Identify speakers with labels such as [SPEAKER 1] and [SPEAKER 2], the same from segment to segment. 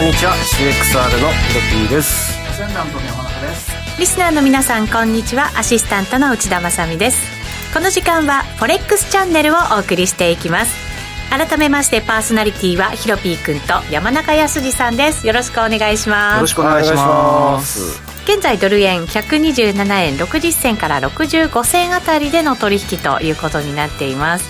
[SPEAKER 1] んにちは CXR のヒロピーです
[SPEAKER 2] センダントの山中です。
[SPEAKER 3] リスナーの皆さんこんにちはアシスタントの内田まさみですこの時間はフォレックスチャンネルをお送りしていきます改めましてパーソナリティはヒロピーくんと山中康二さんですよろしくお願いし
[SPEAKER 2] よ
[SPEAKER 3] ま
[SPEAKER 2] ろ
[SPEAKER 3] す
[SPEAKER 2] しくお願いします。
[SPEAKER 3] 現在ドル円127円60銭から65銭あたりでの取引ということになっています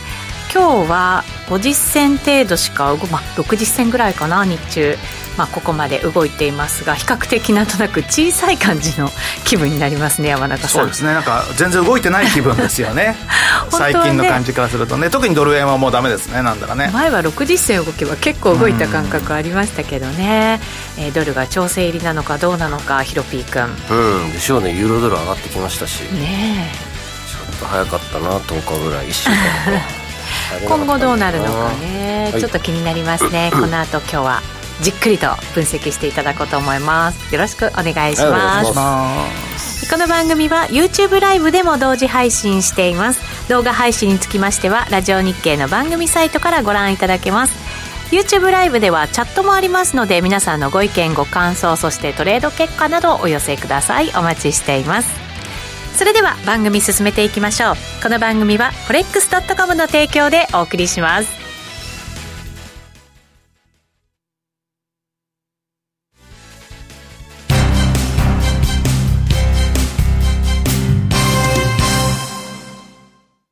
[SPEAKER 3] 今日は50銭程度しか動まあ60銭ぐらいかな日中まあここまで動いていますが比較的なんとなく小さい感じの気分になりますね山中
[SPEAKER 2] そ
[SPEAKER 3] さ
[SPEAKER 2] うんですね。なんか全然動いてない気分ですよね。
[SPEAKER 3] 本当は
[SPEAKER 2] 最
[SPEAKER 3] ね
[SPEAKER 2] 近の感じからするとね、特にドル円はもうダメですね。なんだかね。
[SPEAKER 3] 前は60銭動けば結構動いた感覚ありましたけどね、えードルが調整入りなのかどうなのかヒロピーくん
[SPEAKER 1] うんでしょうねユーロドル上がってきましたし、ち
[SPEAKER 3] ね
[SPEAKER 1] ょっと早かったな10日ぐらい1週間ぐらい
[SPEAKER 3] え 今後どうなるのかね、
[SPEAKER 1] はい
[SPEAKER 3] ちょっと気になりますねこの後今日はじっくりと分析していただこうと思いますよろしくお願いし
[SPEAKER 1] はいお願
[SPEAKER 3] ま
[SPEAKER 1] い
[SPEAKER 3] す
[SPEAKER 1] し
[SPEAKER 3] こ
[SPEAKER 2] ま
[SPEAKER 3] の番組は YouTube ライブでも同時配信しています動画配信につきましてはラジオ日経の番組サイトからご覧いただけます YouTube ライブではチャットもありますので皆さんのご意見ご感想そしてトレード結果などお寄せくださいお待ちしていますそれでは番組進めていきましょうこの番組は forex.com の提供でお送りします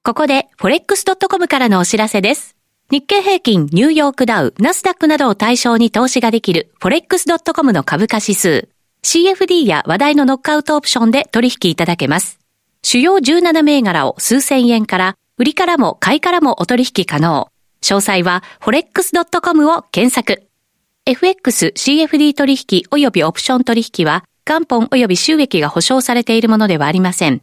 [SPEAKER 3] ここで forex.com からのお知らせです。日経平均、ニューヨークダウ、ナスダックなどを対象に投資ができる forex.com の株価指数。CFD や話題のノックアウトオプションで取引いただけます。主要17銘柄を数千円から、売りからも買いからもお取引可能。詳細は forex.com を検索。FX、CFD 取引及びオプション取引は、元本及び収益が保証されているものではありません。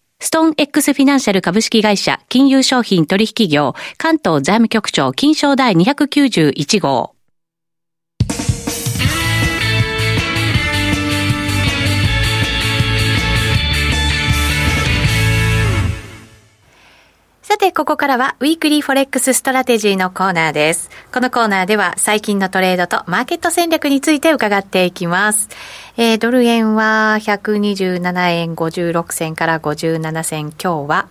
[SPEAKER 3] ストーン X フィナンシャル株式会社金融商品取引業関東財務局長金賞第291号。さて、ここからは、ウィークリーフォレックスストラテジーのコーナーです。このコーナーでは、最近のトレードとマーケット戦略について伺っていきます。えードル円は、127円56銭から57銭、今日は、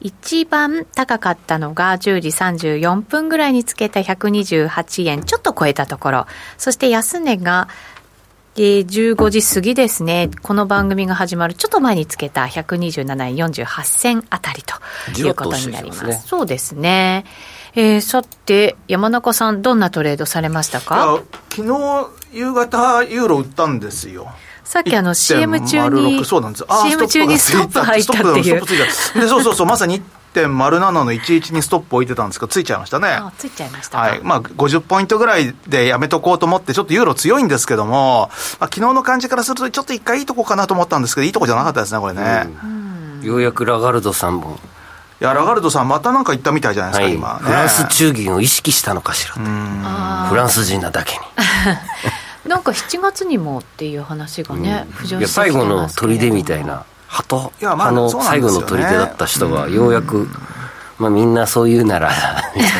[SPEAKER 3] 一番高かったのが10時34分ぐらいにつけた128円ちょっと超えたところそして安値がえー15時過ぎですねこの番組が始まるちょっと前につけた127円48銭あたりということになります
[SPEAKER 1] じわっと押してきてますね
[SPEAKER 3] そうですね、えーさて山中さんどんなトレードされました
[SPEAKER 2] あ
[SPEAKER 3] か、
[SPEAKER 2] 昨日夕方ユーロ売ったんですよ。
[SPEAKER 3] さっきあの CM 中
[SPEAKER 2] 1.06
[SPEAKER 3] に
[SPEAKER 2] そうなんです。あー
[SPEAKER 3] CM 中にストップ入ったって
[SPEAKER 2] スト
[SPEAKER 3] い
[SPEAKER 2] ッ
[SPEAKER 3] う
[SPEAKER 2] プついたストップついたで、そうそうそう、まさに1.07の11にストップ置いてたんですけど、ついちゃいましたね。
[SPEAKER 3] あついちゃいましたか、
[SPEAKER 2] はい。まあ、50ポイントぐらいでやめとこうと思って、ちょっとユーロ強いんですけども、まあ、昨日の感じからすると、ちょっと一回いいとこかなと思ったんですけど、いいとこじゃなかったですね、これね。
[SPEAKER 1] うんようやくラガルドさんも、
[SPEAKER 2] いや、ラガルドさん、またなんか言ったみたいじゃないです
[SPEAKER 1] は
[SPEAKER 2] か、
[SPEAKER 1] い、
[SPEAKER 2] 今、ね。
[SPEAKER 1] フランス中銀を意識したのかしらと
[SPEAKER 3] あー
[SPEAKER 1] フランス人なだけに
[SPEAKER 3] なんか7月にもっていう話がね、浮上
[SPEAKER 1] いや
[SPEAKER 3] して
[SPEAKER 1] 最
[SPEAKER 3] きて
[SPEAKER 1] 後
[SPEAKER 3] ま
[SPEAKER 1] の
[SPEAKER 3] すけれど
[SPEAKER 1] 砦みたいな鳩
[SPEAKER 2] いやまあ
[SPEAKER 1] あの
[SPEAKER 2] そうなんで
[SPEAKER 1] 最
[SPEAKER 2] すよ
[SPEAKER 1] 後
[SPEAKER 2] ね
[SPEAKER 1] の砦だった人がようやく、まあ、みんなそう言う ならみたい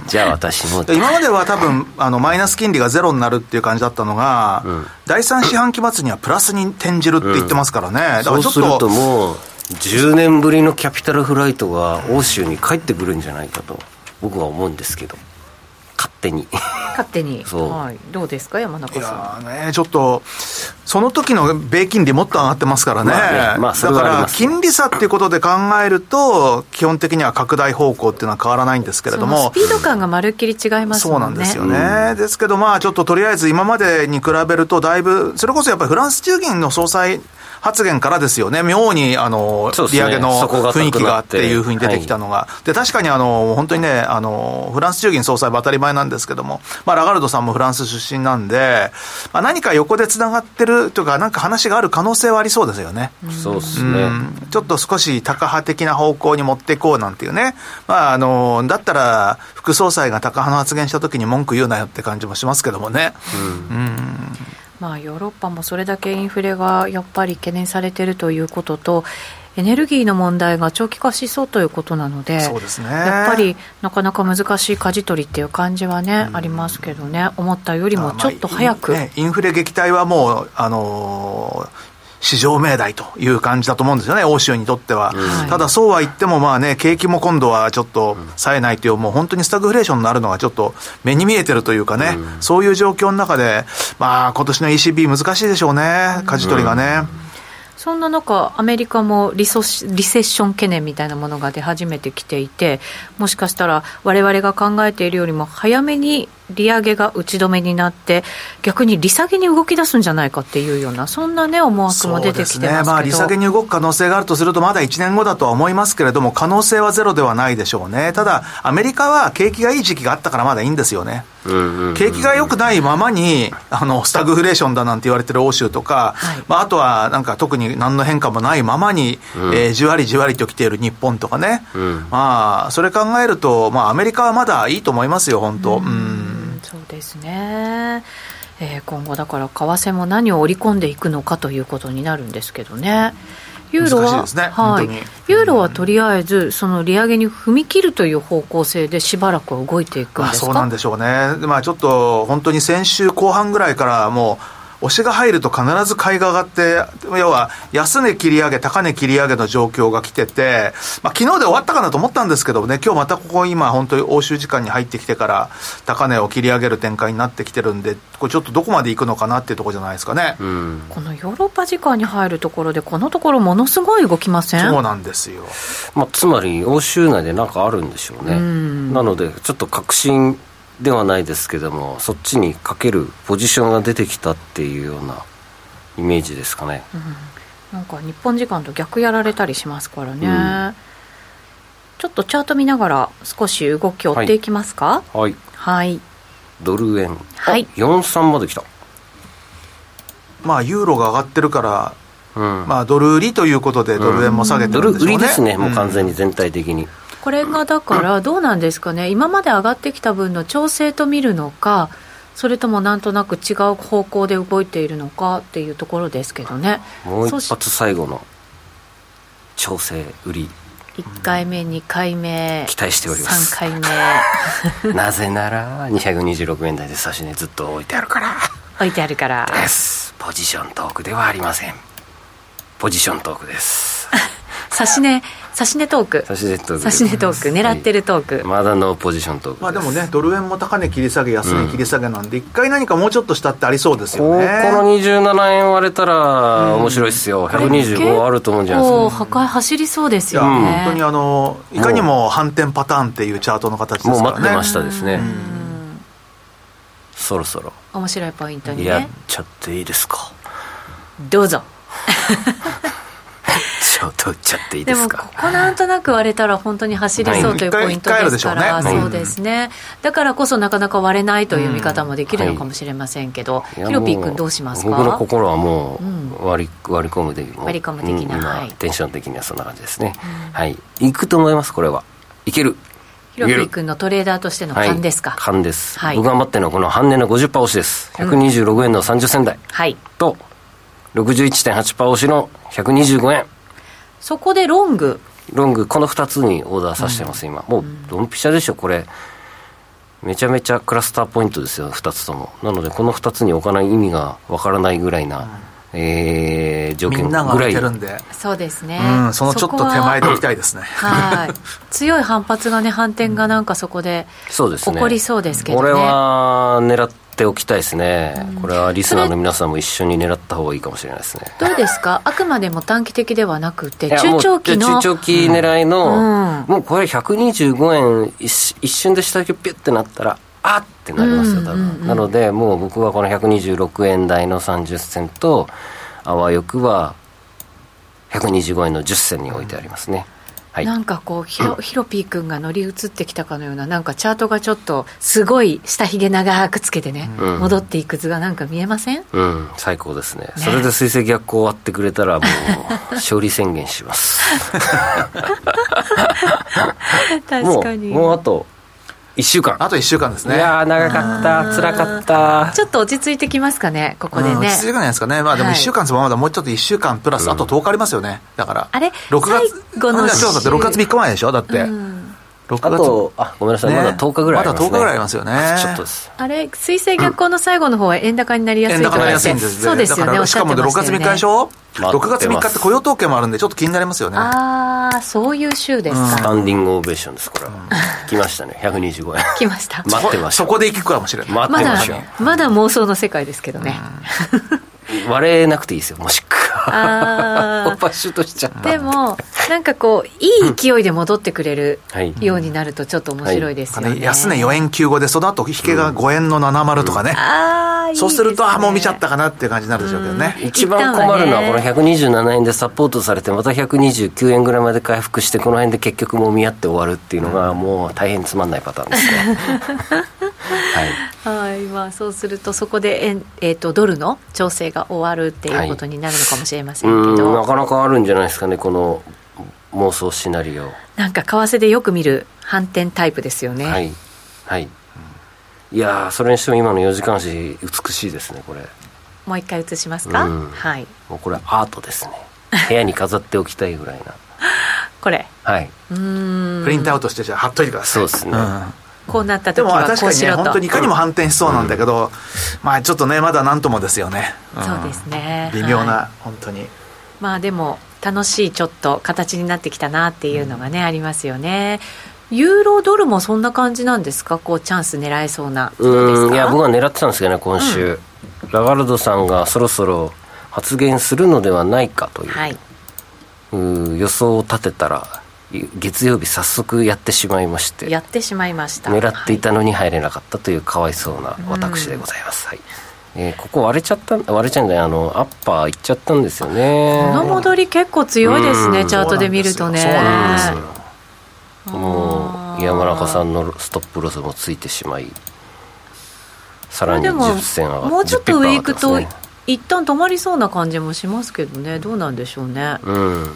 [SPEAKER 1] なじゃあ私も
[SPEAKER 2] で今までは多分あのマイナス金利がゼロになるっていう感じだったのが、第3四半期末にはプラスに転じるって言ってますからね、だか
[SPEAKER 1] そ
[SPEAKER 2] ら
[SPEAKER 1] う
[SPEAKER 2] ちょっ
[SPEAKER 1] すると
[SPEAKER 2] と、
[SPEAKER 1] もう10年ぶりのキャピタルフライトが欧州に帰ってくるんじゃないかと僕は思うんですけど勝手 に
[SPEAKER 3] 勝手に
[SPEAKER 1] そう
[SPEAKER 3] はい、どうですか山中
[SPEAKER 2] い
[SPEAKER 3] さ
[SPEAKER 2] やーね、ちょっと、その時の米金利、もっと上がってますからね、
[SPEAKER 1] まあねまあそれ
[SPEAKER 2] だ
[SPEAKER 1] は
[SPEAKER 2] か
[SPEAKER 1] あり
[SPEAKER 2] ら
[SPEAKER 1] ます
[SPEAKER 2] 金利差っていうことで考えると、基本的には拡大方向っていうのは変わらないんですけ
[SPEAKER 3] ん
[SPEAKER 2] れ
[SPEAKER 3] そ
[SPEAKER 2] ど
[SPEAKER 3] のス
[SPEAKER 2] も
[SPEAKER 3] ピ。ード感がまるっきり違います
[SPEAKER 2] そう
[SPEAKER 3] も
[SPEAKER 2] なんん
[SPEAKER 3] ね
[SPEAKER 2] ですよね、ですけど、まあ、ちょっととりあえず今までに比べると、だいぶ、それこそやっぱりフランス中銀の総裁発言からですよね、妙にあの、
[SPEAKER 1] そうです
[SPEAKER 2] 利
[SPEAKER 1] ね
[SPEAKER 2] 上げの
[SPEAKER 1] そこが高くなって
[SPEAKER 2] 雰囲気がっていうふうに出てきたのが、で確かにあの本当にねあの、フランス中銀総裁は当たり前なんですけども、まあ、ラガルドさんもフランス出身なんで、まあ、何か横でつながってるるというか、なんか話がある可能性はありそうですよね。
[SPEAKER 1] そうです
[SPEAKER 2] う
[SPEAKER 1] ね、
[SPEAKER 2] んちょっと少しタカ派的な方向に持っていこうなんていうね、まあ、あのだったら副総裁がタカ派の発言したときに文句言うなよって感じもしますけどもね、
[SPEAKER 3] まあ、ヨーロッパもそれだけインフレがやっぱり懸念されているということと、エネルギーの問題が長期化しそうということなので、
[SPEAKER 2] そうですね
[SPEAKER 3] やっぱりなかなか難しい舵取りっていう感じはね、ありますけどね、思ったよりもちょっと早く、
[SPEAKER 2] まあいねインフレ撃退はもう、あのー市場命題という感じだと思うんですよね、欧州にとっては。
[SPEAKER 3] ん
[SPEAKER 2] ただ、そうは言っても、まあね、景気も今度はちょっと冴えないという、もう本当にスタグフレーションになるのがちょっと目に見えてるというかね、そういう状況の中で、まあ、今年の ECB 難しいでしょうね、舵取りがね。
[SPEAKER 3] そんな中、アメリカもリソシリセッション懸念みたいなものが出始めてきていて、もしかしたら我々が考えているよりも早めに利上げが打ち止めになって、逆に利下げに動き出すんじゃないかっていうような、そんな、ね、思惑も出てきてますけど。
[SPEAKER 2] そうですね、まあ、利下げに動く可能性があるとすると、まだ1年後だとは思いますけれども、可能性はゼロではないでしょうね、ただ、アメリカは景気がいい時期があったからまだいいんですよね。景気が良くないままにあのスタグフレーションだなんて言われてる欧州とか、
[SPEAKER 3] はい
[SPEAKER 2] まあ、あとはなんか特に何の変化もないままに、えーじわりじわりと来ている日本とかね、まあ、それ考えると、まあ、アメリカはまだいいと思いますよ、本当。うん
[SPEAKER 3] そうですね、えー今後だから為替も何を織り込んでいくのかということになるんですけどね。ユーロは、
[SPEAKER 2] 難しいですね
[SPEAKER 3] はい
[SPEAKER 2] 本当に、
[SPEAKER 3] ユーロはとりあえずその利上げに踏み切るという方向性でしばらくは動いていくん
[SPEAKER 2] まあ
[SPEAKER 3] ですか。
[SPEAKER 2] そうなんでしょうね、でまあ、ちょっと本当に先週後半ぐらいから、もう、押しが入ると必ず買いが上がって、要は安値切り上げ、高値切り上げの状況が来てて、まあ昨日で終わったかなと思ったんですけどね、今日またここ、今、本当に欧州時間に入ってきてから、高値を切り上げる展開になってきてるんで、これちょっとどこまで行くのかなっていうところじゃないですかね。
[SPEAKER 1] うん
[SPEAKER 3] このヨーロッパ時間に入るところでこのところものすごい動きません。
[SPEAKER 2] そうなんですよ。
[SPEAKER 1] まあ、つまり欧州内でなんかあるんでしょうね、なのでちょっと確信ではないですけどもそっちにかけるポジションが出てきたっていうようなイメージですかね、
[SPEAKER 3] なんか日本時間と逆やられたりしますからね。
[SPEAKER 1] うん
[SPEAKER 3] ちょっとチャート見ながら少し動きを追っていきますか。
[SPEAKER 1] はい
[SPEAKER 3] はい。
[SPEAKER 1] ドル円、
[SPEAKER 3] はい
[SPEAKER 1] あ43まで来た
[SPEAKER 2] まあ、ユーロが上がってるから、
[SPEAKER 1] うん
[SPEAKER 2] まあ、ドル売りということで、ドル円も下げて
[SPEAKER 1] ドル
[SPEAKER 2] るんでしょ
[SPEAKER 1] 売
[SPEAKER 2] う
[SPEAKER 1] り
[SPEAKER 2] ね。
[SPEAKER 1] ですね、もう
[SPEAKER 2] うん
[SPEAKER 1] 完全に全体的に、
[SPEAKER 3] これがだからどうなんですかね、今まで上がってきた分の調整と見るのか、それともなんとなく違う方向で動いているのかっていうところですけどね、
[SPEAKER 1] もう
[SPEAKER 3] そ
[SPEAKER 1] 一
[SPEAKER 3] し
[SPEAKER 1] 発最後の調整売 り
[SPEAKER 3] 1回目、2回目、
[SPEAKER 1] 期待しております
[SPEAKER 3] 3回目、
[SPEAKER 1] なぜなら226円台で差し値ずっと置いてあるから
[SPEAKER 3] 置いてあるから、
[SPEAKER 1] ですポジショントークではありませんポジショントークです
[SPEAKER 3] 差し値、差し値トーク、
[SPEAKER 1] 差し値トーク
[SPEAKER 3] 差し値トーク、狙ってるトーク、
[SPEAKER 1] まだノーポジショントークす
[SPEAKER 2] まあでもね、ドル円も高値切り下げ、安値切り下げなんで、一、回何かもうちょっとしたってありそうです
[SPEAKER 1] ここ
[SPEAKER 2] よね。
[SPEAKER 1] の27円割れたら面白いっすよ、125あると思うんじゃないです
[SPEAKER 3] こ
[SPEAKER 1] か
[SPEAKER 3] う破壊走りそうです
[SPEAKER 2] いや、
[SPEAKER 3] よね。
[SPEAKER 2] 本当にあの、いかにも反転パターンっていうチャートの形で
[SPEAKER 1] もう
[SPEAKER 2] すからね。
[SPEAKER 1] 待ってましたですね、
[SPEAKER 3] うん
[SPEAKER 1] そろそろ
[SPEAKER 3] 面白いポイントに
[SPEAKER 1] やっ
[SPEAKER 3] ね、
[SPEAKER 1] ちゃっていいですか
[SPEAKER 3] どうぞ。
[SPEAKER 1] ちょっと打っちゃっていいで
[SPEAKER 3] ですも
[SPEAKER 1] か
[SPEAKER 3] ここなんとなく割れたら本当に走りそうというポイントですから、
[SPEAKER 2] はい一回一回あるでしょうね
[SPEAKER 3] そうですね、だからこそなかなか割れないという見方もできるのかもしれませんけど、
[SPEAKER 1] いや
[SPEAKER 3] ヒロピー
[SPEAKER 1] も
[SPEAKER 3] 君どうしますか
[SPEAKER 1] 僕の心はも
[SPEAKER 3] うん
[SPEAKER 1] う割り,、割り込むで
[SPEAKER 3] 割り込む的な
[SPEAKER 1] うん
[SPEAKER 3] はい
[SPEAKER 1] テンション的にはそんな感じですね、はい行くと思いますこれはいける
[SPEAKER 3] ヒロピ
[SPEAKER 1] い
[SPEAKER 3] ー
[SPEAKER 1] ける
[SPEAKER 3] 君のトレーダーとしての勘ですか
[SPEAKER 1] はい、
[SPEAKER 3] はい、
[SPEAKER 1] 勘です、
[SPEAKER 3] はい
[SPEAKER 1] 僕が待ってるのはこの半値の50%押しです126円の30銭台と61.8%押しの125円
[SPEAKER 3] そこでロング
[SPEAKER 1] ロングこの2つにオーダーさせてます、今もうドンピシャでしょこれめちゃめちゃクラスターポイントですよ2つともなのでこの2つに置かない意味がわからないぐらいな、えー条
[SPEAKER 2] み
[SPEAKER 1] 件
[SPEAKER 2] んなが
[SPEAKER 1] ぐ
[SPEAKER 2] 見
[SPEAKER 1] らい
[SPEAKER 2] てるんで、
[SPEAKER 3] そうですね、
[SPEAKER 2] うん、そのちょっと手前でいきたいですね。
[SPEAKER 3] そこははい強い反発がね反転がなんかそこで
[SPEAKER 1] そうですね
[SPEAKER 3] 起こりそうですけどね
[SPEAKER 1] これは狙っておきたいですね、これはリスナーの皆さんも一緒に狙った方がいいかもしれないですね
[SPEAKER 3] どうですかあくまでも短期的ではなくて
[SPEAKER 1] いや
[SPEAKER 3] 中長
[SPEAKER 1] も
[SPEAKER 3] 期の
[SPEAKER 1] う中長期狙いの、
[SPEAKER 3] うん
[SPEAKER 1] もうこれ125円一一瞬で下だけピュッてなったらあっってなりますよ多分、
[SPEAKER 3] うんうんうん
[SPEAKER 1] なのでもう僕はこの126円台の30銭とあわよくは125円の10銭に置いてありますね、はい
[SPEAKER 3] なんかこうヒロヒロピー君が乗り移ってきたかのようななんかチャートがちょっとすごい下ひげ長くつけてね、
[SPEAKER 1] うん
[SPEAKER 3] 戻っていく図がなんか見えません
[SPEAKER 1] うん、最高ですね。それで水星逆行終わってくれたら、もう、勝利宣言します。も
[SPEAKER 3] 確か
[SPEAKER 1] う、
[SPEAKER 3] に
[SPEAKER 1] もうあと、1週間。
[SPEAKER 2] あと1週間です
[SPEAKER 1] い
[SPEAKER 2] ね。
[SPEAKER 1] やー、長かった、辛かった。
[SPEAKER 3] ちょっと落ち着いてきますかねここで
[SPEAKER 2] うん
[SPEAKER 3] ね
[SPEAKER 2] 落ち着いてくるんじゃないですかね。まあでも
[SPEAKER 3] は
[SPEAKER 2] 1
[SPEAKER 3] い
[SPEAKER 2] 週間ですもんまだもうちょっと1週間プラス、あと10日ありますよね。だから。
[SPEAKER 3] あれ
[SPEAKER 2] 6月、
[SPEAKER 3] 最後の
[SPEAKER 2] あ今日だって6月3日前でしょだって。
[SPEAKER 3] うん
[SPEAKER 2] 6月。
[SPEAKER 1] あと、あ、ごめんなさい、
[SPEAKER 2] ね
[SPEAKER 1] まだ10日ぐらいありますね。
[SPEAKER 2] まだ10日ぐらいありますよね
[SPEAKER 1] あとちょっとです。
[SPEAKER 3] あれ水星逆行の最後の方は円高になりやすい
[SPEAKER 2] 円
[SPEAKER 3] とか
[SPEAKER 2] 高にな
[SPEAKER 3] っ
[SPEAKER 2] りやすい
[SPEAKER 3] て
[SPEAKER 2] んです
[SPEAKER 3] そうですよねおっ
[SPEAKER 2] し
[SPEAKER 3] しゃ
[SPEAKER 2] か
[SPEAKER 3] っ
[SPEAKER 2] も
[SPEAKER 3] て
[SPEAKER 2] 6
[SPEAKER 3] まし
[SPEAKER 2] 月
[SPEAKER 3] たよ
[SPEAKER 2] 3
[SPEAKER 3] ね
[SPEAKER 2] 日でしょ
[SPEAKER 1] 待ってます
[SPEAKER 2] ?6 月3日って雇用統計もあるんで、ちょっと気になりますよね。
[SPEAKER 3] ああそういう週です
[SPEAKER 1] ス
[SPEAKER 3] か、
[SPEAKER 1] タンディングオベーションです、これは。来ましたね、125円。
[SPEAKER 3] 来ました
[SPEAKER 1] 待ってまし
[SPEAKER 2] そ
[SPEAKER 1] た。
[SPEAKER 2] こで行くかもしれない。
[SPEAKER 1] 待っ
[SPEAKER 3] ま
[SPEAKER 1] てま
[SPEAKER 3] だ
[SPEAKER 1] しょ
[SPEAKER 3] まだ妄想の世界ですけどね、
[SPEAKER 1] う。割れなくていいですよ、もしく
[SPEAKER 3] あー
[SPEAKER 1] は。パシュートしちゃった。
[SPEAKER 3] でもなんかこういい勢いで戻ってくれる
[SPEAKER 1] はい。
[SPEAKER 3] ようになるとちょっと面白いですよね、
[SPEAKER 2] ね安値4円9五で、その後引けが5円の70とかね。
[SPEAKER 3] ああいいです、ね、
[SPEAKER 2] そうすると、あ、もう見ちゃったかなっていう感じになるでしょうけどね。
[SPEAKER 1] 一番困るのはこの127円でサポートされてまた129円ぐらいまで回復してこの辺で結局もみ合って終わるっていうのがもう大変つまんないパターンですね はい
[SPEAKER 3] はいまあそうするとそこで円、えー、とドルの調整が終わるっていうことになるのかもしれません
[SPEAKER 1] う
[SPEAKER 3] け
[SPEAKER 1] ん
[SPEAKER 3] ど、
[SPEAKER 1] なかなかあるんじゃないですかねこの妄想シナリオ
[SPEAKER 3] なんか為替でよく見る反転タイプですよね、
[SPEAKER 1] はいはいいやーそれにしても今の4時間足美しいですねこれ
[SPEAKER 3] もう一回映しますか、
[SPEAKER 1] うん
[SPEAKER 3] はい
[SPEAKER 1] もうこれアートですね 部屋に飾っておきたいぐらいな
[SPEAKER 3] これ
[SPEAKER 1] はいう
[SPEAKER 3] ーん
[SPEAKER 2] プリントアウトして、じゃあ貼っといてくださ
[SPEAKER 1] そ
[SPEAKER 2] い。
[SPEAKER 1] うですね、
[SPEAKER 2] うん
[SPEAKER 3] こうなった時
[SPEAKER 2] でもまあ
[SPEAKER 3] は
[SPEAKER 2] 確
[SPEAKER 3] こ
[SPEAKER 2] か
[SPEAKER 3] う
[SPEAKER 2] に
[SPEAKER 3] し
[SPEAKER 2] ね、
[SPEAKER 3] ろと
[SPEAKER 2] 本当にいかにも反転しそうなんだけど、まあちょっとね、まだなんともですよね。ん
[SPEAKER 3] そうですね
[SPEAKER 2] 微妙
[SPEAKER 3] は
[SPEAKER 2] な、本当に。
[SPEAKER 3] まあでも楽しいちょっと形になってきたなっていうのがね、ありますよねユーロドルもそんな感じなんですかこうチャンス狙え そうな
[SPEAKER 1] う
[SPEAKER 3] どです
[SPEAKER 1] ーん
[SPEAKER 3] か
[SPEAKER 1] いや僕は狙ってたんですけどね今週、ラガルドさんがそろそろ発言するのではないかという,、
[SPEAKER 3] はいう
[SPEAKER 1] ー予想を立てたらい月曜日早速やってしまいまして
[SPEAKER 3] やってしまいました
[SPEAKER 1] 狙っていたのに入れなかったというかわいそうな私でございます、はいえーここ割れちゃった割れちゃうんだよあのアッパーいっちゃったんですよね
[SPEAKER 3] この戻り結構強いですね、
[SPEAKER 1] うん
[SPEAKER 3] チャートで見るとね
[SPEAKER 2] そうなんですよ
[SPEAKER 1] うんもう山中さんのストップロスもついてしまいさらに
[SPEAKER 3] でも
[SPEAKER 1] 10銭上が
[SPEAKER 3] もうちょっと上行くと
[SPEAKER 1] 10ピッパー上がってますね
[SPEAKER 3] 一旦止まりそうな感じもしますけどねどうなんでしょうね
[SPEAKER 1] うん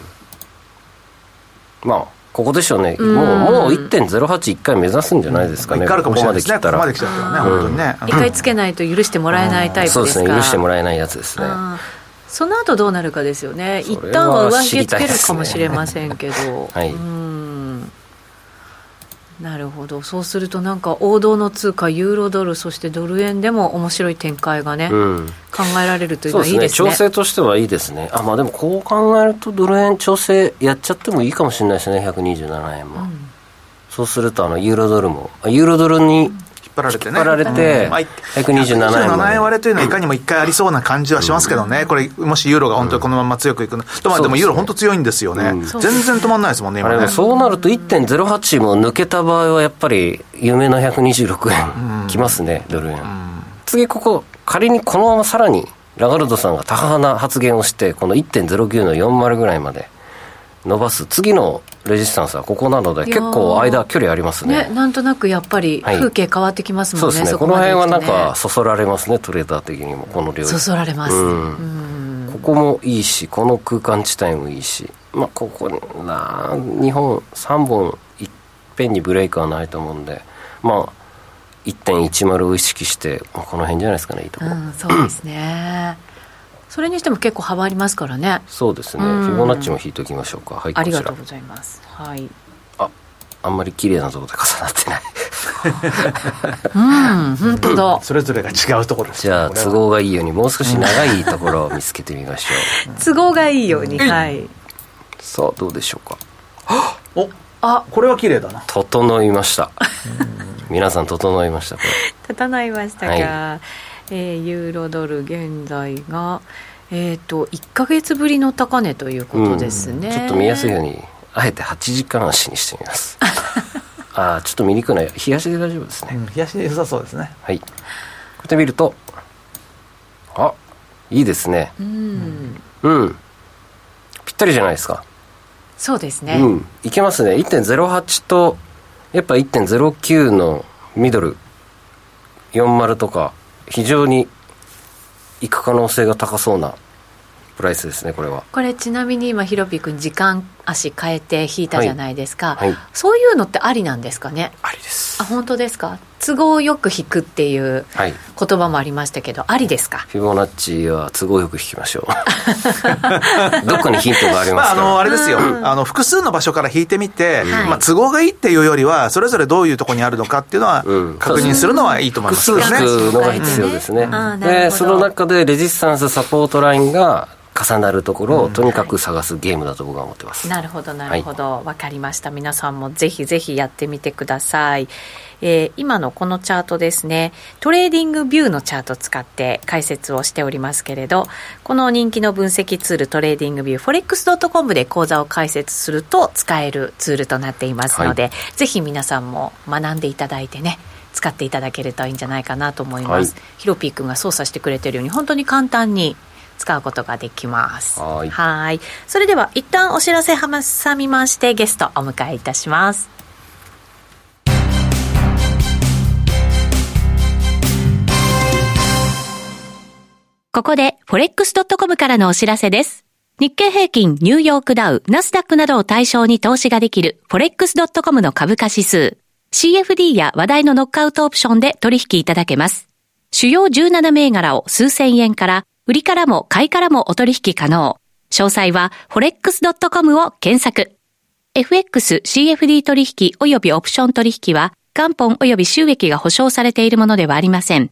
[SPEAKER 1] まあここでしょうね、
[SPEAKER 3] うん
[SPEAKER 1] もうもう1.081回目指すんじゃないですかね、
[SPEAKER 2] 一回あるかもしれないですね。こ
[SPEAKER 1] ここ
[SPEAKER 2] こ
[SPEAKER 1] ま
[SPEAKER 2] まで
[SPEAKER 1] で
[SPEAKER 2] 来
[SPEAKER 1] 来
[SPEAKER 2] ち
[SPEAKER 1] た
[SPEAKER 2] ゃ
[SPEAKER 1] ら
[SPEAKER 2] ったらね、
[SPEAKER 1] うん
[SPEAKER 2] 本当にね。
[SPEAKER 3] 一回つけないと許してもらえないタイプ
[SPEAKER 1] そう
[SPEAKER 3] で
[SPEAKER 1] ですす
[SPEAKER 3] か
[SPEAKER 1] ね許してもらえないやつですね
[SPEAKER 3] あーその後どうなるかですよね
[SPEAKER 1] それ
[SPEAKER 3] 一
[SPEAKER 1] は
[SPEAKER 3] 旦は上髭つ
[SPEAKER 1] 知りた
[SPEAKER 3] け
[SPEAKER 1] い
[SPEAKER 3] る
[SPEAKER 1] です
[SPEAKER 3] か
[SPEAKER 1] ね
[SPEAKER 3] もしれませんけ ど、
[SPEAKER 1] はい
[SPEAKER 3] うんなるほどそうするとなんか王道の通貨ユーロドルそしてドル円でも面白い展開がね、
[SPEAKER 1] うん
[SPEAKER 3] 考えられるというの
[SPEAKER 1] そう
[SPEAKER 3] は
[SPEAKER 1] で
[SPEAKER 3] い
[SPEAKER 1] す
[SPEAKER 3] い
[SPEAKER 1] ね調
[SPEAKER 3] ですね
[SPEAKER 1] 整としてはいいですねあまあでもこう考えるとドル円調整やっちゃってもいいかもしれないですね127円も、
[SPEAKER 3] うん
[SPEAKER 1] そうするとあのユーロドルもあユーロドルに
[SPEAKER 2] 引っ張られてね。
[SPEAKER 1] 引っ張られて
[SPEAKER 2] うんまあ
[SPEAKER 1] 127円まで
[SPEAKER 2] 127円割れというのはいかにも一回ありそうな感じはしますけどね。これ、もしユーロが本当にこのまま強くいくの。まあでもユーロ本当強いんですよね。
[SPEAKER 1] うん
[SPEAKER 2] 全然止まんないですもん
[SPEAKER 1] あ
[SPEAKER 2] ね、今
[SPEAKER 1] れ
[SPEAKER 2] ね
[SPEAKER 1] も。そうなると1.08も抜けた場合はやっぱり夢の126円きますね、ドル円、次ここ仮にこのままさらにラガルドさんが高派な発言をしてこの1.09の40ぐらいまで伸ばす次のレジスタンスはここなので
[SPEAKER 3] いや
[SPEAKER 1] 結
[SPEAKER 3] ー
[SPEAKER 1] 構間距離ありますね
[SPEAKER 3] ね、なんとなくやっぱり
[SPEAKER 1] はい
[SPEAKER 3] 風景変わってきますも
[SPEAKER 1] そ
[SPEAKER 3] ん
[SPEAKER 1] う
[SPEAKER 3] ね、
[SPEAKER 1] ですね
[SPEAKER 3] そ
[SPEAKER 1] こ
[SPEAKER 3] こ
[SPEAKER 1] の
[SPEAKER 3] まで
[SPEAKER 1] 辺
[SPEAKER 3] 行
[SPEAKER 1] は
[SPEAKER 3] くと
[SPEAKER 1] なん
[SPEAKER 3] ね
[SPEAKER 1] かそそられますねトレーダー的にもこの領域
[SPEAKER 3] そそられます、
[SPEAKER 1] うん
[SPEAKER 3] うん
[SPEAKER 1] ここもいいしこの空間地帯もいいしまあここな日本3本いっぺんにブレイクはないと思うんでまあ1.10を意識して、まあ、この辺じゃないですかねいいとこ、
[SPEAKER 3] うん、そうですねそれにしても結構幅ありますからね
[SPEAKER 1] そうですね、
[SPEAKER 3] うん
[SPEAKER 1] フィボナッチも引いておきましょうかはいこ
[SPEAKER 3] あり
[SPEAKER 1] ち
[SPEAKER 3] が
[SPEAKER 1] ら
[SPEAKER 3] とうございます。はい。うん、
[SPEAKER 1] ああんまり綺麗なとこで重な ってない
[SPEAKER 3] 本当だ。
[SPEAKER 2] それぞれが違うところです
[SPEAKER 1] じゃあ都合がいいようにもう少し長いところを見つけてみましょ う
[SPEAKER 3] 都合がいいように。はい。
[SPEAKER 1] さあどうでしょうか
[SPEAKER 2] お
[SPEAKER 3] あ、
[SPEAKER 2] これは綺麗だな。
[SPEAKER 1] 整いま した皆さん整いましたこれ
[SPEAKER 3] 立たないましたが、
[SPEAKER 1] は
[SPEAKER 3] えーユーロドル現在が。えー、と1か月ぶりの高値ということですね、
[SPEAKER 1] うんちょっと見やすいようにあえて8時間足にしてみます ああちょっと見にくいのは冷やしで大丈夫ですね、
[SPEAKER 2] うん、冷やしで良さそうですね。
[SPEAKER 1] はいこうやって見るとあいいですね
[SPEAKER 3] うん
[SPEAKER 1] うんぴったりじゃないですか
[SPEAKER 3] そうですね、
[SPEAKER 1] うん、いけますね、1.08と、やっぱ1.09のミドル、40とか、非常に行く可能性が高そうなプライスですね、これは。
[SPEAKER 3] これちなみに今ヒロピー君時間足変えて引いたじゃないですか、
[SPEAKER 1] はいはい
[SPEAKER 3] そういうのってありなんですかね
[SPEAKER 1] ありです
[SPEAKER 3] あ。本当ですか都合よく引くっていう
[SPEAKER 1] はい。
[SPEAKER 3] 言葉もありましたけどありですか
[SPEAKER 1] フィボナッチは都合よく引きましょう。 どこにヒントがありま
[SPEAKER 2] まあ、
[SPEAKER 1] す
[SPEAKER 2] あ
[SPEAKER 1] か、
[SPEAKER 2] の、あれですよ。あの、複数の場所から引いてみて、
[SPEAKER 3] はい
[SPEAKER 2] まあ、都合がいいっていうよりは、それぞれどういうところにあるのかっていうのは
[SPEAKER 1] うん、
[SPEAKER 2] 確認するのはいいと思い
[SPEAKER 1] 複
[SPEAKER 2] ます
[SPEAKER 1] 数
[SPEAKER 2] ね。
[SPEAKER 1] 引くのが必要ですね。
[SPEAKER 3] うんあーなる
[SPEAKER 1] で、
[SPEAKER 3] ほど
[SPEAKER 1] その中でレジスタンスサポートラインが重なるところをとにかく探すゲームだと僕は思ってます。
[SPEAKER 3] なるほどなるほど、わかりました皆さんもぜひぜひやってみてください、えー今のこのチャートですねトレーディングビューのチャート使って解説をしておりますけれどこの人気の分析ツールトレーディングビュー forex.com で講座を解説すると使えるツールとなっていますので、ぜひ皆さんも学んでいただいてね使っていただけるといいんじゃないかなと思います、
[SPEAKER 1] は
[SPEAKER 3] ヒロピー君が操作してくれてるように本当に簡単に使うことができます
[SPEAKER 1] はい
[SPEAKER 3] はい。それでは一旦お知らせ挟みましてゲストお迎えいたします。
[SPEAKER 4] ここで forex.com からのお知らせです。日経平均、ニューヨークダウ、ナスダックなどを対象に投資ができる forex.com の株価指数、CFD や話題のノックアウトオプションで取引いただけます。主要17銘柄を数千円から、売りからも買いからもお取引可能。詳細は forex.com を検索。FX、CFD 取引及びオプション取引は、元本及び収益が保証されているものではありません。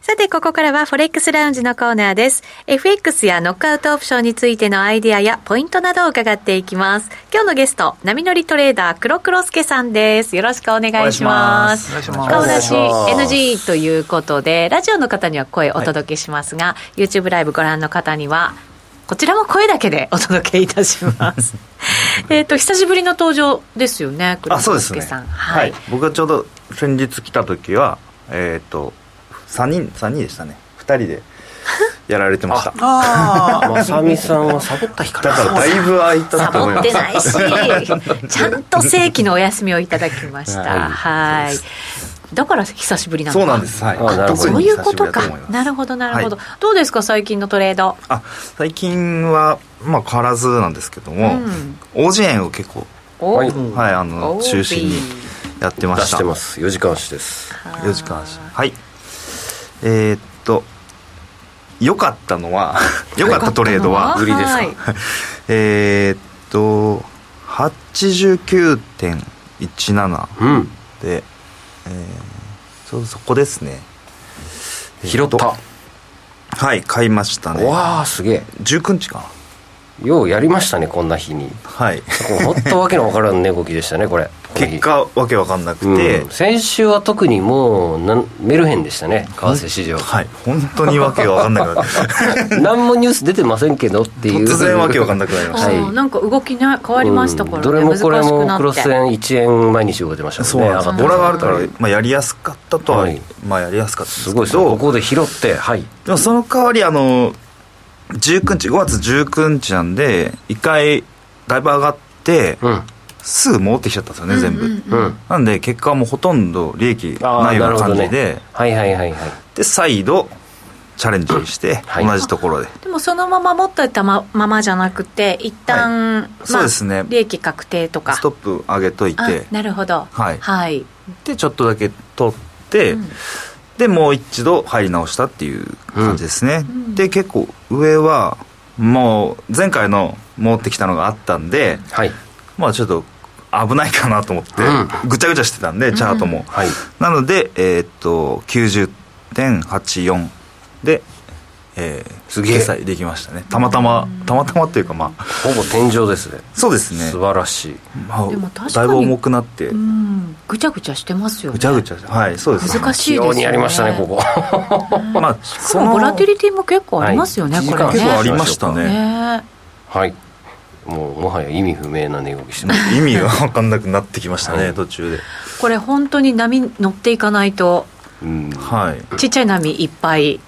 [SPEAKER 3] さて、ここからは Forex ラウンジのコーナーです。FX やノックアウトオプションについてのアイデアやポイントなどを伺っていきます。今日のゲスト、波乗りトレーダー、黒黒助さんです。よろしくお願いします。
[SPEAKER 2] お願いします
[SPEAKER 3] 顔出し
[SPEAKER 1] お願いします
[SPEAKER 3] NG ということで、ラジオの方には声お届けしますが、YouTube ライブご覧の方には、こちらも声だけで お届けいたします。えっと、久しぶりの登場ですよね、黒
[SPEAKER 5] あそ
[SPEAKER 3] 黒
[SPEAKER 5] うです
[SPEAKER 3] 助
[SPEAKER 5] ね
[SPEAKER 3] さん。
[SPEAKER 5] はい、僕がちょうど先日来た時はえっ、と3人3人でしたね2人でやられてま しただ
[SPEAKER 2] あ
[SPEAKER 1] まさみさんはサボった日かな
[SPEAKER 5] からだいぶ空いた
[SPEAKER 3] サ
[SPEAKER 5] と思い
[SPEAKER 3] ボっ
[SPEAKER 5] ま
[SPEAKER 3] て
[SPEAKER 5] す
[SPEAKER 3] ない しちゃんと正規のお休みをいただきました
[SPEAKER 1] はい
[SPEAKER 3] はいだから久しぶりなのか
[SPEAKER 5] そうなんですはい
[SPEAKER 1] あなるほど
[SPEAKER 5] 特
[SPEAKER 3] そう
[SPEAKER 5] に
[SPEAKER 3] いう
[SPEAKER 5] 久
[SPEAKER 3] こ
[SPEAKER 5] しぶ
[SPEAKER 3] と
[SPEAKER 5] りだと
[SPEAKER 3] か
[SPEAKER 5] 思います
[SPEAKER 3] なるほどなるほど、どうですか最近のトレード
[SPEAKER 5] あ最近はまあ変わらずなんですけども、
[SPEAKER 3] うん
[SPEAKER 5] 王子円を結構
[SPEAKER 3] お
[SPEAKER 1] はい
[SPEAKER 5] はいあの
[SPEAKER 3] お
[SPEAKER 5] 中心にやってま
[SPEAKER 1] 出
[SPEAKER 5] し
[SPEAKER 1] したてます4時間足です
[SPEAKER 5] 4時間足はいえーっと良かったのは良かったトレードは
[SPEAKER 1] 良売かっりですか
[SPEAKER 3] はい
[SPEAKER 5] えーっと89.17
[SPEAKER 1] うん
[SPEAKER 5] で、えー、ちょうどそこですね
[SPEAKER 1] 拾っ
[SPEAKER 5] えー
[SPEAKER 1] た
[SPEAKER 5] とはい買いましたね
[SPEAKER 1] わあすげえ
[SPEAKER 5] 19日かな
[SPEAKER 1] ようやりましたねこんな日に
[SPEAKER 5] はい
[SPEAKER 1] ほんとわけのわからん値動きでしたねこれこの日
[SPEAKER 5] 結果わけわかんなくて、
[SPEAKER 1] うん、先週は特にもうなんメルヘンでしたね為替市場
[SPEAKER 5] はい本当にわけがわかんなくなって
[SPEAKER 1] 何もニュース出てませんけどっていう
[SPEAKER 5] 突然わけわかんなくなりました
[SPEAKER 1] はい
[SPEAKER 3] あーなんか動きな変わりましたから、ね
[SPEAKER 1] どれもこれもクロ
[SPEAKER 3] 難し
[SPEAKER 1] ス
[SPEAKER 3] くなって
[SPEAKER 1] 円1円毎日動いてました
[SPEAKER 5] そう
[SPEAKER 1] もんね
[SPEAKER 5] なんです
[SPEAKER 1] 上
[SPEAKER 5] ボ
[SPEAKER 1] が
[SPEAKER 5] ラ
[SPEAKER 1] って
[SPEAKER 5] があるから、まあ、やりやすかったとは、
[SPEAKER 1] はい
[SPEAKER 5] まあやりやすかったんですす
[SPEAKER 1] ごい
[SPEAKER 5] け
[SPEAKER 1] ですね
[SPEAKER 5] ど
[SPEAKER 1] ここで拾ってはい
[SPEAKER 5] でもその代わりあの19日5月19日なんで一回だいぶ上がって、
[SPEAKER 1] うん
[SPEAKER 5] すぐ戻ってきちゃったんですよね全部、
[SPEAKER 1] うん
[SPEAKER 5] なんで結果はもうほとんど利益
[SPEAKER 1] ああ
[SPEAKER 5] ないような感じ
[SPEAKER 1] なる
[SPEAKER 5] で
[SPEAKER 1] ほど、ねはいはいはいはい
[SPEAKER 5] で再度チャレンジして、
[SPEAKER 1] はい
[SPEAKER 5] 同じところで
[SPEAKER 3] でもそのまま持ってたまままじゃなくて一旦、まあ
[SPEAKER 5] そうですね
[SPEAKER 3] 利益確定とか
[SPEAKER 5] ストップ上げとい
[SPEAKER 3] あ
[SPEAKER 5] て
[SPEAKER 3] なるほど
[SPEAKER 5] はい
[SPEAKER 3] はい、
[SPEAKER 5] でちょっとだけ取って、
[SPEAKER 3] うん
[SPEAKER 5] でもう一度入り直したっていう感じですね、
[SPEAKER 3] ん
[SPEAKER 5] で結構上はもう前回の持ってきたのがあったんで、
[SPEAKER 1] はい
[SPEAKER 5] まあちょっと危ないかなと思って、
[SPEAKER 1] う
[SPEAKER 5] ぐちゃぐちゃしてたんで、チャートも。
[SPEAKER 1] はい
[SPEAKER 5] なので、えーっと、90.84で、えー、
[SPEAKER 1] すげえ
[SPEAKER 5] 決済できましたね。たまたま、たまたまっていうか、まあ、
[SPEAKER 1] ほぼ天井ですね
[SPEAKER 5] そうですね
[SPEAKER 1] 素。晴らしい
[SPEAKER 5] まあ
[SPEAKER 3] でも確か
[SPEAKER 5] だい
[SPEAKER 3] に
[SPEAKER 5] ぶ重くなって、
[SPEAKER 3] うんぐちゃぐちゃしてますよね
[SPEAKER 5] ぐちゃぐちゃして、はい、そうですね。
[SPEAKER 3] 難しい
[SPEAKER 1] 非
[SPEAKER 3] ですよ
[SPEAKER 1] 常
[SPEAKER 3] ね
[SPEAKER 1] にやりましたねここ
[SPEAKER 5] まあ、そ
[SPEAKER 3] でもボラティリティも結構ありますよね、
[SPEAKER 1] はい
[SPEAKER 3] これね
[SPEAKER 5] 結構ありましたね。
[SPEAKER 3] ね
[SPEAKER 1] はいもうもはや意味不明な値動きしてます
[SPEAKER 5] 意味が分かんなくなってきました
[SPEAKER 1] は
[SPEAKER 5] ね
[SPEAKER 1] い
[SPEAKER 5] 途中で
[SPEAKER 3] これ本当に波に乗っていかないと
[SPEAKER 1] うん
[SPEAKER 5] はい
[SPEAKER 3] ちっちゃい波いっぱい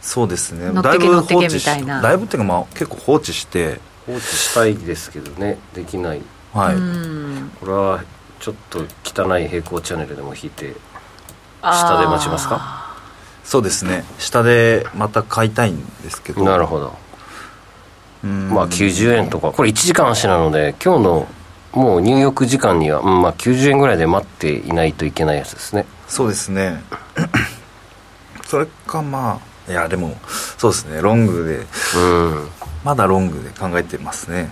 [SPEAKER 5] そうですね
[SPEAKER 3] 乗っ
[SPEAKER 5] だ
[SPEAKER 3] て
[SPEAKER 5] い
[SPEAKER 3] け
[SPEAKER 5] ぶ
[SPEAKER 3] 乗ってけ
[SPEAKER 5] 放置し
[SPEAKER 3] みたいな
[SPEAKER 5] だいぶっていうかまあ結構放置して
[SPEAKER 1] 放置したいですけどねできない
[SPEAKER 5] はい、
[SPEAKER 3] うん
[SPEAKER 1] これはちょっと汚い平行チャンネルでも引いて
[SPEAKER 3] あー
[SPEAKER 1] 下で待ちますか
[SPEAKER 5] そうですね下でまた買いたいんですけど
[SPEAKER 1] なるほど
[SPEAKER 5] うん
[SPEAKER 1] まあ90円とかこれ1時間足なので今日のもう入浴時間には、うんまあ、90円ぐらいで待っていないといけないやつですね
[SPEAKER 5] そうですね それかまあいやでもそうですねロングで
[SPEAKER 1] うん
[SPEAKER 5] まだロングで考えてますね、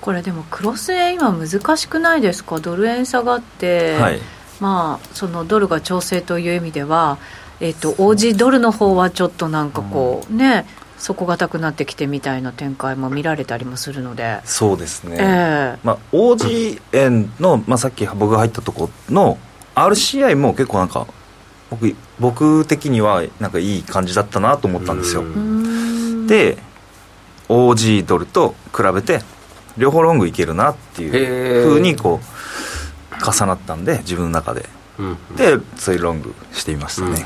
[SPEAKER 3] これでもクロス円今難しくないですかドル円下がって、
[SPEAKER 5] はい
[SPEAKER 3] まあそのドルが調整という意味ではえっ、と OG ドルの方はちょっとなんかこう、ね底堅くなってきてみたいな展開も見られたりもするので、
[SPEAKER 5] そうですね、
[SPEAKER 3] ええ
[SPEAKER 5] まあ、OG 円の、まあ、さっき僕が入ったとこの RCI も結構なんか僕僕的にはなんかいい感じだったなと思ったんですよ
[SPEAKER 1] うん
[SPEAKER 3] うーん
[SPEAKER 5] で OG ドルと比べて両方ロングいけるなってい
[SPEAKER 1] へ
[SPEAKER 5] う
[SPEAKER 1] ー
[SPEAKER 5] ふうにこう重なったんで自分の中で
[SPEAKER 1] うん
[SPEAKER 5] でそういうロングしていましたね、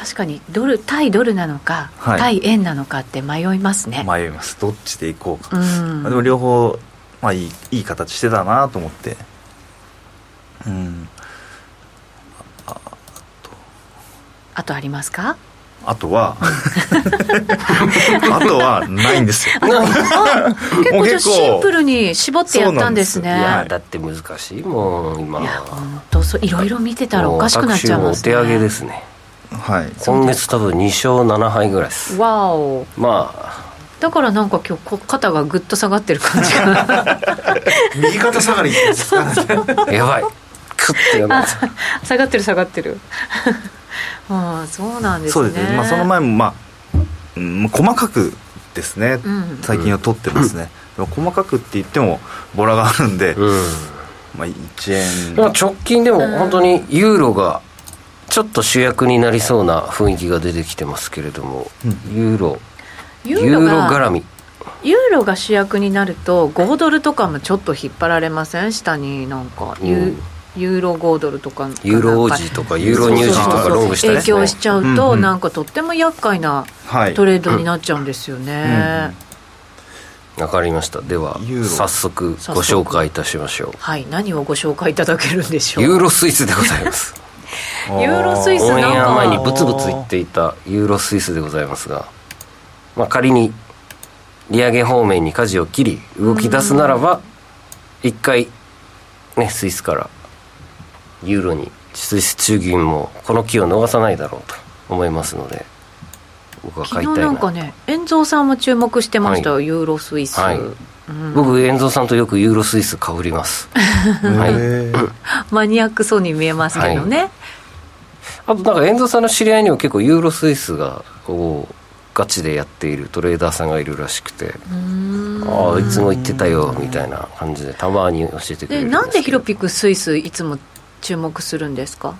[SPEAKER 3] 確かにドル対ドルなのか、
[SPEAKER 5] はい
[SPEAKER 3] 対円なのかって迷いますね、
[SPEAKER 5] 迷いますどっちでいこうか、
[SPEAKER 3] うん
[SPEAKER 5] まあでも両方、まあ、いいいい形してたなと思ってうん
[SPEAKER 3] あとありますか
[SPEAKER 5] あと はあとはないんですよ
[SPEAKER 3] 結
[SPEAKER 5] も
[SPEAKER 3] 構
[SPEAKER 5] う
[SPEAKER 3] じゃあ
[SPEAKER 5] 結構
[SPEAKER 3] シンプルに絞ってやったんですね
[SPEAKER 5] そう
[SPEAKER 1] いや
[SPEAKER 5] な
[SPEAKER 1] ーだって難しいもん今
[SPEAKER 3] いや本当そういろいろ見てたらおかしくなっちゃい
[SPEAKER 1] もう
[SPEAKER 3] ま
[SPEAKER 1] お
[SPEAKER 3] すね
[SPEAKER 1] 手上げですね
[SPEAKER 5] はい
[SPEAKER 1] 今月多分2勝7敗ぐらいです
[SPEAKER 3] わお
[SPEAKER 1] まあ
[SPEAKER 3] だからなんか今日こ肩がぐっと下がってる感じが
[SPEAKER 2] 右肩下がりですからね
[SPEAKER 1] やばいクッてやば い
[SPEAKER 3] 下がってる下がってる ああそうなんです
[SPEAKER 5] そ
[SPEAKER 3] ね
[SPEAKER 5] うですね、まあ、その前も、まあうん、細かくですね、
[SPEAKER 3] うん
[SPEAKER 5] 最近は取ってますね、でも細かくって言ってもボラがあるんで、
[SPEAKER 1] う
[SPEAKER 5] まあ、1円
[SPEAKER 1] ん、まあ直近でも本当にユーロがちょっと主役になりそうな雰囲気が出てきてますけれども、
[SPEAKER 5] うん
[SPEAKER 1] ユーロ
[SPEAKER 3] ユーロ
[SPEAKER 1] ユーロ絡
[SPEAKER 3] が
[SPEAKER 1] み
[SPEAKER 3] ユーロが主役になると5ドルとかもちょっと引っ張られません下になんかユ,、
[SPEAKER 1] うん
[SPEAKER 3] ユーロ5ドルとか
[SPEAKER 1] ユーロ王子とかユーロ乳児とかロングしたり
[SPEAKER 3] 影響しちゃうと、
[SPEAKER 5] うんうん
[SPEAKER 3] なんかとっても厄介な
[SPEAKER 5] はい
[SPEAKER 3] トレードになっちゃうんですよね、
[SPEAKER 1] わかりましたでは
[SPEAKER 5] ユーロ
[SPEAKER 1] 早速ご紹介いたしましょ
[SPEAKER 3] はい何をご紹介いただけるんでし
[SPEAKER 1] う
[SPEAKER 3] ょう
[SPEAKER 1] ユーロスイスでございます
[SPEAKER 3] ユーロスイス
[SPEAKER 1] オンエ
[SPEAKER 3] なん
[SPEAKER 1] ア
[SPEAKER 3] か
[SPEAKER 1] 前にブツブツ言っていたユーロスイスでございますが、まあ、仮に利上げ方面に舵を切り動き出すならば一回ねスイスからユーロにスイス中銀もこの機を逃さないだろうと思いますので僕は
[SPEAKER 3] 昨
[SPEAKER 1] 買い
[SPEAKER 3] 日
[SPEAKER 1] たい
[SPEAKER 3] な
[SPEAKER 1] なん
[SPEAKER 3] かね遠蔵さんも注目してましたよ、ユーロスイス、
[SPEAKER 1] はい
[SPEAKER 3] うん
[SPEAKER 1] 僕遠蔵さんとよくユーロスイスかぶりますはい
[SPEAKER 3] マニアックそうに見えますけどね、
[SPEAKER 1] あとなんか遠藤さんの知り合いにも結構ユーロスイスがをガチでやっているトレーダーさんがいるらしくて
[SPEAKER 3] うーん
[SPEAKER 1] ああいつも言ってたよみたいな感じでたまに教えてくれ
[SPEAKER 3] で
[SPEAKER 1] る
[SPEAKER 3] なんでヒロピ
[SPEAKER 1] ッ
[SPEAKER 3] クスイスいつも注目するんですか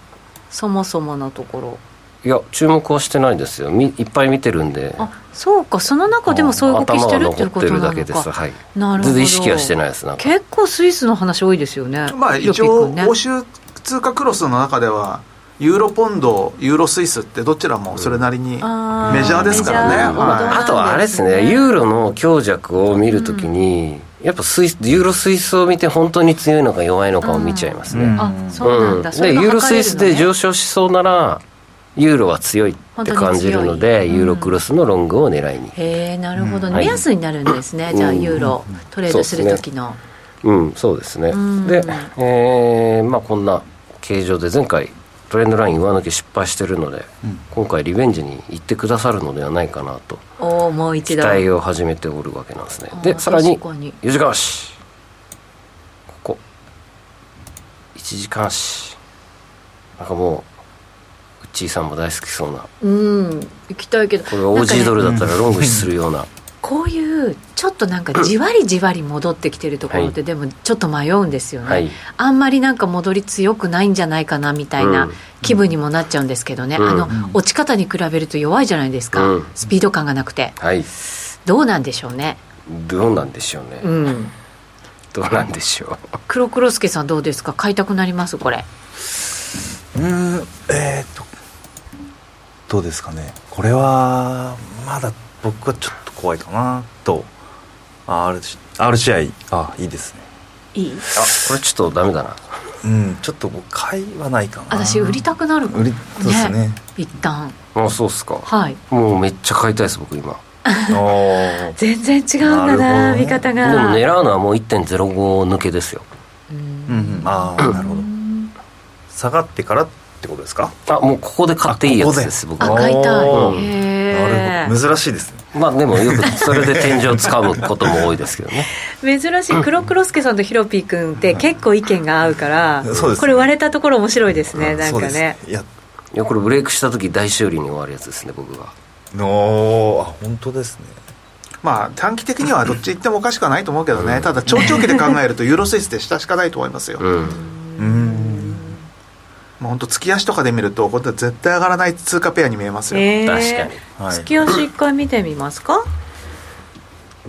[SPEAKER 3] そもそものところ
[SPEAKER 1] いや注目はしてないですよみいっぱい見てるんで
[SPEAKER 3] あそうかその中でもそういう動きしてるっていうことなの
[SPEAKER 1] 頭は残
[SPEAKER 3] か
[SPEAKER 1] ってるだけですはい
[SPEAKER 3] なるほ
[SPEAKER 1] 全
[SPEAKER 3] ど
[SPEAKER 1] 然意識はしてないですなんか
[SPEAKER 3] 結構スイスの話多いですよね
[SPEAKER 2] まあ
[SPEAKER 3] ヒロ
[SPEAKER 2] 一
[SPEAKER 3] ピ
[SPEAKER 2] 応
[SPEAKER 3] 君ね
[SPEAKER 2] 欧州通貨クロスの中ではユーロポンドユーロスイスってどちらもそれなりに、
[SPEAKER 3] あ
[SPEAKER 2] メジャーですからね
[SPEAKER 3] メジャー
[SPEAKER 2] はい
[SPEAKER 1] あとはあれですねユーロの強弱を見るときに、やっぱスイスユーロスイスを見て本当に強いのか弱いのかを見ちゃいますね、
[SPEAKER 5] うん
[SPEAKER 3] あそうなんだ、それ
[SPEAKER 1] で
[SPEAKER 3] が
[SPEAKER 1] ユーロ
[SPEAKER 3] 測
[SPEAKER 1] ス
[SPEAKER 3] れ
[SPEAKER 1] イス
[SPEAKER 3] るのね
[SPEAKER 1] で上昇しそうならユーロは強いって感じるの
[SPEAKER 3] 本当に
[SPEAKER 1] で、
[SPEAKER 3] 強い
[SPEAKER 1] ユーロクロスのロングを狙いに
[SPEAKER 3] へえなるほど、
[SPEAKER 5] うん
[SPEAKER 1] は
[SPEAKER 3] 目
[SPEAKER 1] い
[SPEAKER 3] 安になるんですね、じゃあ
[SPEAKER 1] うん
[SPEAKER 3] ユーロトレードする時の、
[SPEAKER 1] うんそうですね、
[SPEAKER 3] うん
[SPEAKER 1] で、えーまあ、こんな形状で前回トレンドライン上抜け失敗してるので、今回リベンジに行ってくださるのではないかなと
[SPEAKER 3] おおもう
[SPEAKER 1] 期
[SPEAKER 3] 一度
[SPEAKER 1] 待を始めておるわけなんですね
[SPEAKER 3] あー
[SPEAKER 1] でさらに
[SPEAKER 3] 確かに
[SPEAKER 1] 4時間足ここ1時間誌なんかもうウッチーさんも大好きそうな
[SPEAKER 3] うん行きたいけど
[SPEAKER 1] これは OG ドル
[SPEAKER 3] なんかね
[SPEAKER 1] だったらロングするような
[SPEAKER 3] こういうちょっとな んかじわりじわり戻ってきてるところっ
[SPEAKER 1] は
[SPEAKER 3] てでもちょっと迷うんですよね、
[SPEAKER 1] はい
[SPEAKER 3] あんまりなんか戻り強くないんじゃないかなみたいうなん気分にもなっちゃうんですけどね、
[SPEAKER 1] うん
[SPEAKER 3] あの落ち方に比べると弱いじゃないですか、
[SPEAKER 1] うん
[SPEAKER 3] スピード感がなくて
[SPEAKER 1] はい
[SPEAKER 3] どうなんでしょうね
[SPEAKER 1] どうなんでしょうね、
[SPEAKER 3] うん
[SPEAKER 1] どうなんで しょう
[SPEAKER 3] 黒黒助さんどうですか買いたくなりますこれ
[SPEAKER 5] うーんえー、っとどうですかねこれはまだ僕はちょっと怖いかなと R RCI あいいですね
[SPEAKER 3] いい
[SPEAKER 1] あこれちょっとダメだな
[SPEAKER 5] うんちょっと僕買いはないかな
[SPEAKER 3] 私売りたくなるもん
[SPEAKER 5] 売りそうですね
[SPEAKER 3] 一旦
[SPEAKER 1] もうそうっすか
[SPEAKER 3] はい
[SPEAKER 1] もうめっちゃ買いたいです僕今
[SPEAKER 5] おー
[SPEAKER 3] 全然違
[SPEAKER 5] うんだななるほどね見
[SPEAKER 3] 方
[SPEAKER 1] でも狙うのはもう1.05抜けですよ
[SPEAKER 5] うんうんああなるほど下がってからってことですか
[SPEAKER 1] あもうここで買っていいやつです
[SPEAKER 5] あ
[SPEAKER 1] 僕
[SPEAKER 3] あ
[SPEAKER 1] は
[SPEAKER 3] 買いたい
[SPEAKER 5] おー
[SPEAKER 3] へー
[SPEAKER 5] なるほど珍しいですね
[SPEAKER 1] まあでもよくそれで天井をつかむことも多いですけどね
[SPEAKER 3] 珍しい黒黒助さんとヒロピー君って結構意見が合うから
[SPEAKER 5] そうですね
[SPEAKER 3] これ割れたところ面白いですね、なん
[SPEAKER 5] そう
[SPEAKER 3] か
[SPEAKER 5] です
[SPEAKER 3] ね
[SPEAKER 5] いや
[SPEAKER 1] いやこれブレイクした時大修理に終わるやつですね僕が
[SPEAKER 5] のあ本当ですね
[SPEAKER 2] まあ短期的にはどっち行ってもおかしくはないと思うけどね、 ただ長長期で考えるとユーロスイスで下しかないと思いますよ、もう
[SPEAKER 1] うん
[SPEAKER 5] うん
[SPEAKER 2] 本当月足とかで見るとこれ絶対上がらない通貨ペアに見えますよ、
[SPEAKER 3] えー
[SPEAKER 1] 確かに
[SPEAKER 5] はい
[SPEAKER 3] 月足一回見てみますか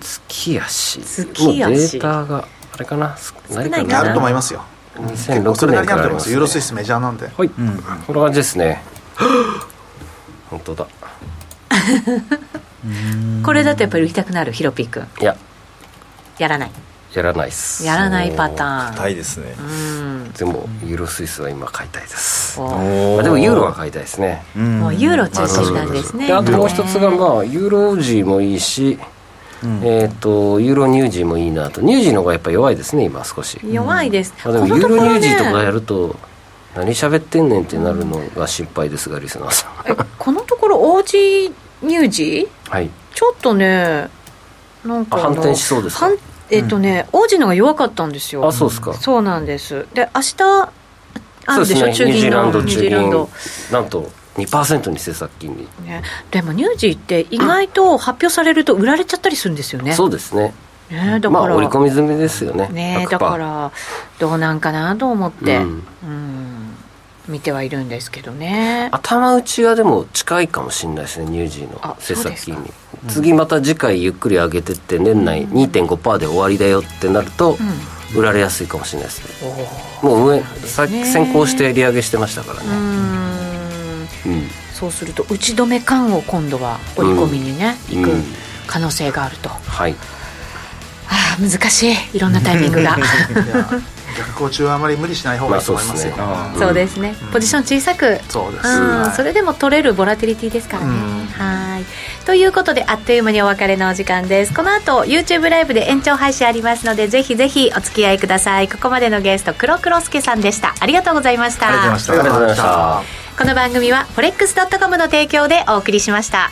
[SPEAKER 1] 月足
[SPEAKER 3] 月足
[SPEAKER 1] もうデータがあれかな少
[SPEAKER 3] ないかな
[SPEAKER 2] あると思い
[SPEAKER 1] ま
[SPEAKER 2] ますよ
[SPEAKER 1] す
[SPEAKER 2] 結構そ
[SPEAKER 1] 2006年
[SPEAKER 2] れなりにあ
[SPEAKER 1] か
[SPEAKER 2] る
[SPEAKER 1] ら
[SPEAKER 2] と
[SPEAKER 1] あり
[SPEAKER 2] 思いま
[SPEAKER 1] ますす、
[SPEAKER 2] ユ
[SPEAKER 1] ね、
[SPEAKER 2] ーロスイスメジャーなんで
[SPEAKER 1] はい、
[SPEAKER 5] うんうん
[SPEAKER 1] こんな感じですね 本当だ
[SPEAKER 3] これだとやっぱり売りたくなるヒロピー君
[SPEAKER 1] いや
[SPEAKER 3] やらない
[SPEAKER 1] やらないっす
[SPEAKER 3] やらないパター
[SPEAKER 5] 硬
[SPEAKER 3] ン
[SPEAKER 5] いですね
[SPEAKER 3] うん
[SPEAKER 1] でもユーロスイスは今買いたいです
[SPEAKER 3] お
[SPEAKER 1] ま
[SPEAKER 5] お
[SPEAKER 1] あでもユーロは買いたいですね
[SPEAKER 5] ん
[SPEAKER 3] もうユーロ中心なんですね
[SPEAKER 1] であともう一つがまあユーロ時もいいし、
[SPEAKER 5] うん
[SPEAKER 1] えっとユーロニュージーもいいなとニュージーの方がやっぱ弱いですね今少し、
[SPEAKER 3] 弱いです、
[SPEAKER 1] まあ、でも
[SPEAKER 3] この
[SPEAKER 1] ユー
[SPEAKER 3] とこ
[SPEAKER 1] ロニュ
[SPEAKER 3] ろ
[SPEAKER 1] ージ
[SPEAKER 3] ね
[SPEAKER 1] ーとかやると何喋ってんねんってなるのが心配ですがリスナーさん
[SPEAKER 3] えこのところ OG ニュージー
[SPEAKER 1] はい
[SPEAKER 3] ちょっとねなん
[SPEAKER 1] あ
[SPEAKER 3] かあ
[SPEAKER 1] 反
[SPEAKER 3] の
[SPEAKER 1] 転しそうですか
[SPEAKER 3] 反えっとね、王子のが弱かったんですよ
[SPEAKER 1] あそうですか
[SPEAKER 3] そうなんですで明日あ
[SPEAKER 1] そう
[SPEAKER 3] る
[SPEAKER 1] で
[SPEAKER 3] でし
[SPEAKER 1] す
[SPEAKER 3] ょ
[SPEAKER 1] ねニュ
[SPEAKER 3] 中
[SPEAKER 1] ージ
[SPEAKER 3] 銀
[SPEAKER 1] ーラン
[SPEAKER 3] の
[SPEAKER 1] ド
[SPEAKER 3] ニュー
[SPEAKER 1] 中
[SPEAKER 3] ジーラン
[SPEAKER 1] 銀
[SPEAKER 3] ド
[SPEAKER 1] なんと2%に政策金利、
[SPEAKER 3] ね、でもニュージーって意外と発表されると売られちゃったりするんですよね
[SPEAKER 1] そうですね
[SPEAKER 3] ねだ
[SPEAKER 1] ま
[SPEAKER 3] か
[SPEAKER 1] あ
[SPEAKER 3] ら、
[SPEAKER 1] 織り込み済みですよね
[SPEAKER 3] ね
[SPEAKER 1] 100%
[SPEAKER 3] だからどうなんかなと思ってう
[SPEAKER 1] うんん、
[SPEAKER 3] 見てはいるんですけどね
[SPEAKER 1] 頭打ちはでも近いかもしれないですねニュージーの
[SPEAKER 3] あ
[SPEAKER 1] 政策金
[SPEAKER 3] そう
[SPEAKER 1] 利次また次回ゆっくり上げてって年内2.5%で終わりだよってなると売られやすいかもしれないですね、もう上さ
[SPEAKER 3] ね
[SPEAKER 1] 先行して利上げしてましたからね
[SPEAKER 3] う、ん
[SPEAKER 1] うん
[SPEAKER 3] そうすると打ち止め感を今度は織り込みにね、
[SPEAKER 1] うん
[SPEAKER 3] 行く
[SPEAKER 1] うん
[SPEAKER 3] 可能性があると、
[SPEAKER 1] はい
[SPEAKER 3] ああ難しいいろんなタイミング が
[SPEAKER 2] いや逆行中はあまり無理しない方がいいと思いますよ、
[SPEAKER 1] ま
[SPEAKER 5] あ
[SPEAKER 3] そうですね、ポジション小さく
[SPEAKER 2] そうです、
[SPEAKER 3] うん、
[SPEAKER 2] はい
[SPEAKER 3] それでも取れるボラティリティですからね、
[SPEAKER 2] うん
[SPEAKER 3] はいということであっという間にお別れのお時間ですこの後 YouTube ライブで延長配信ありますのでぜひぜひお付き合いくださいここまでのゲスト黒黒助さんでしたありがとうございました
[SPEAKER 5] ありがとうございまし
[SPEAKER 2] ありがとうございました
[SPEAKER 3] この番組は forex.com の提供でお送りしました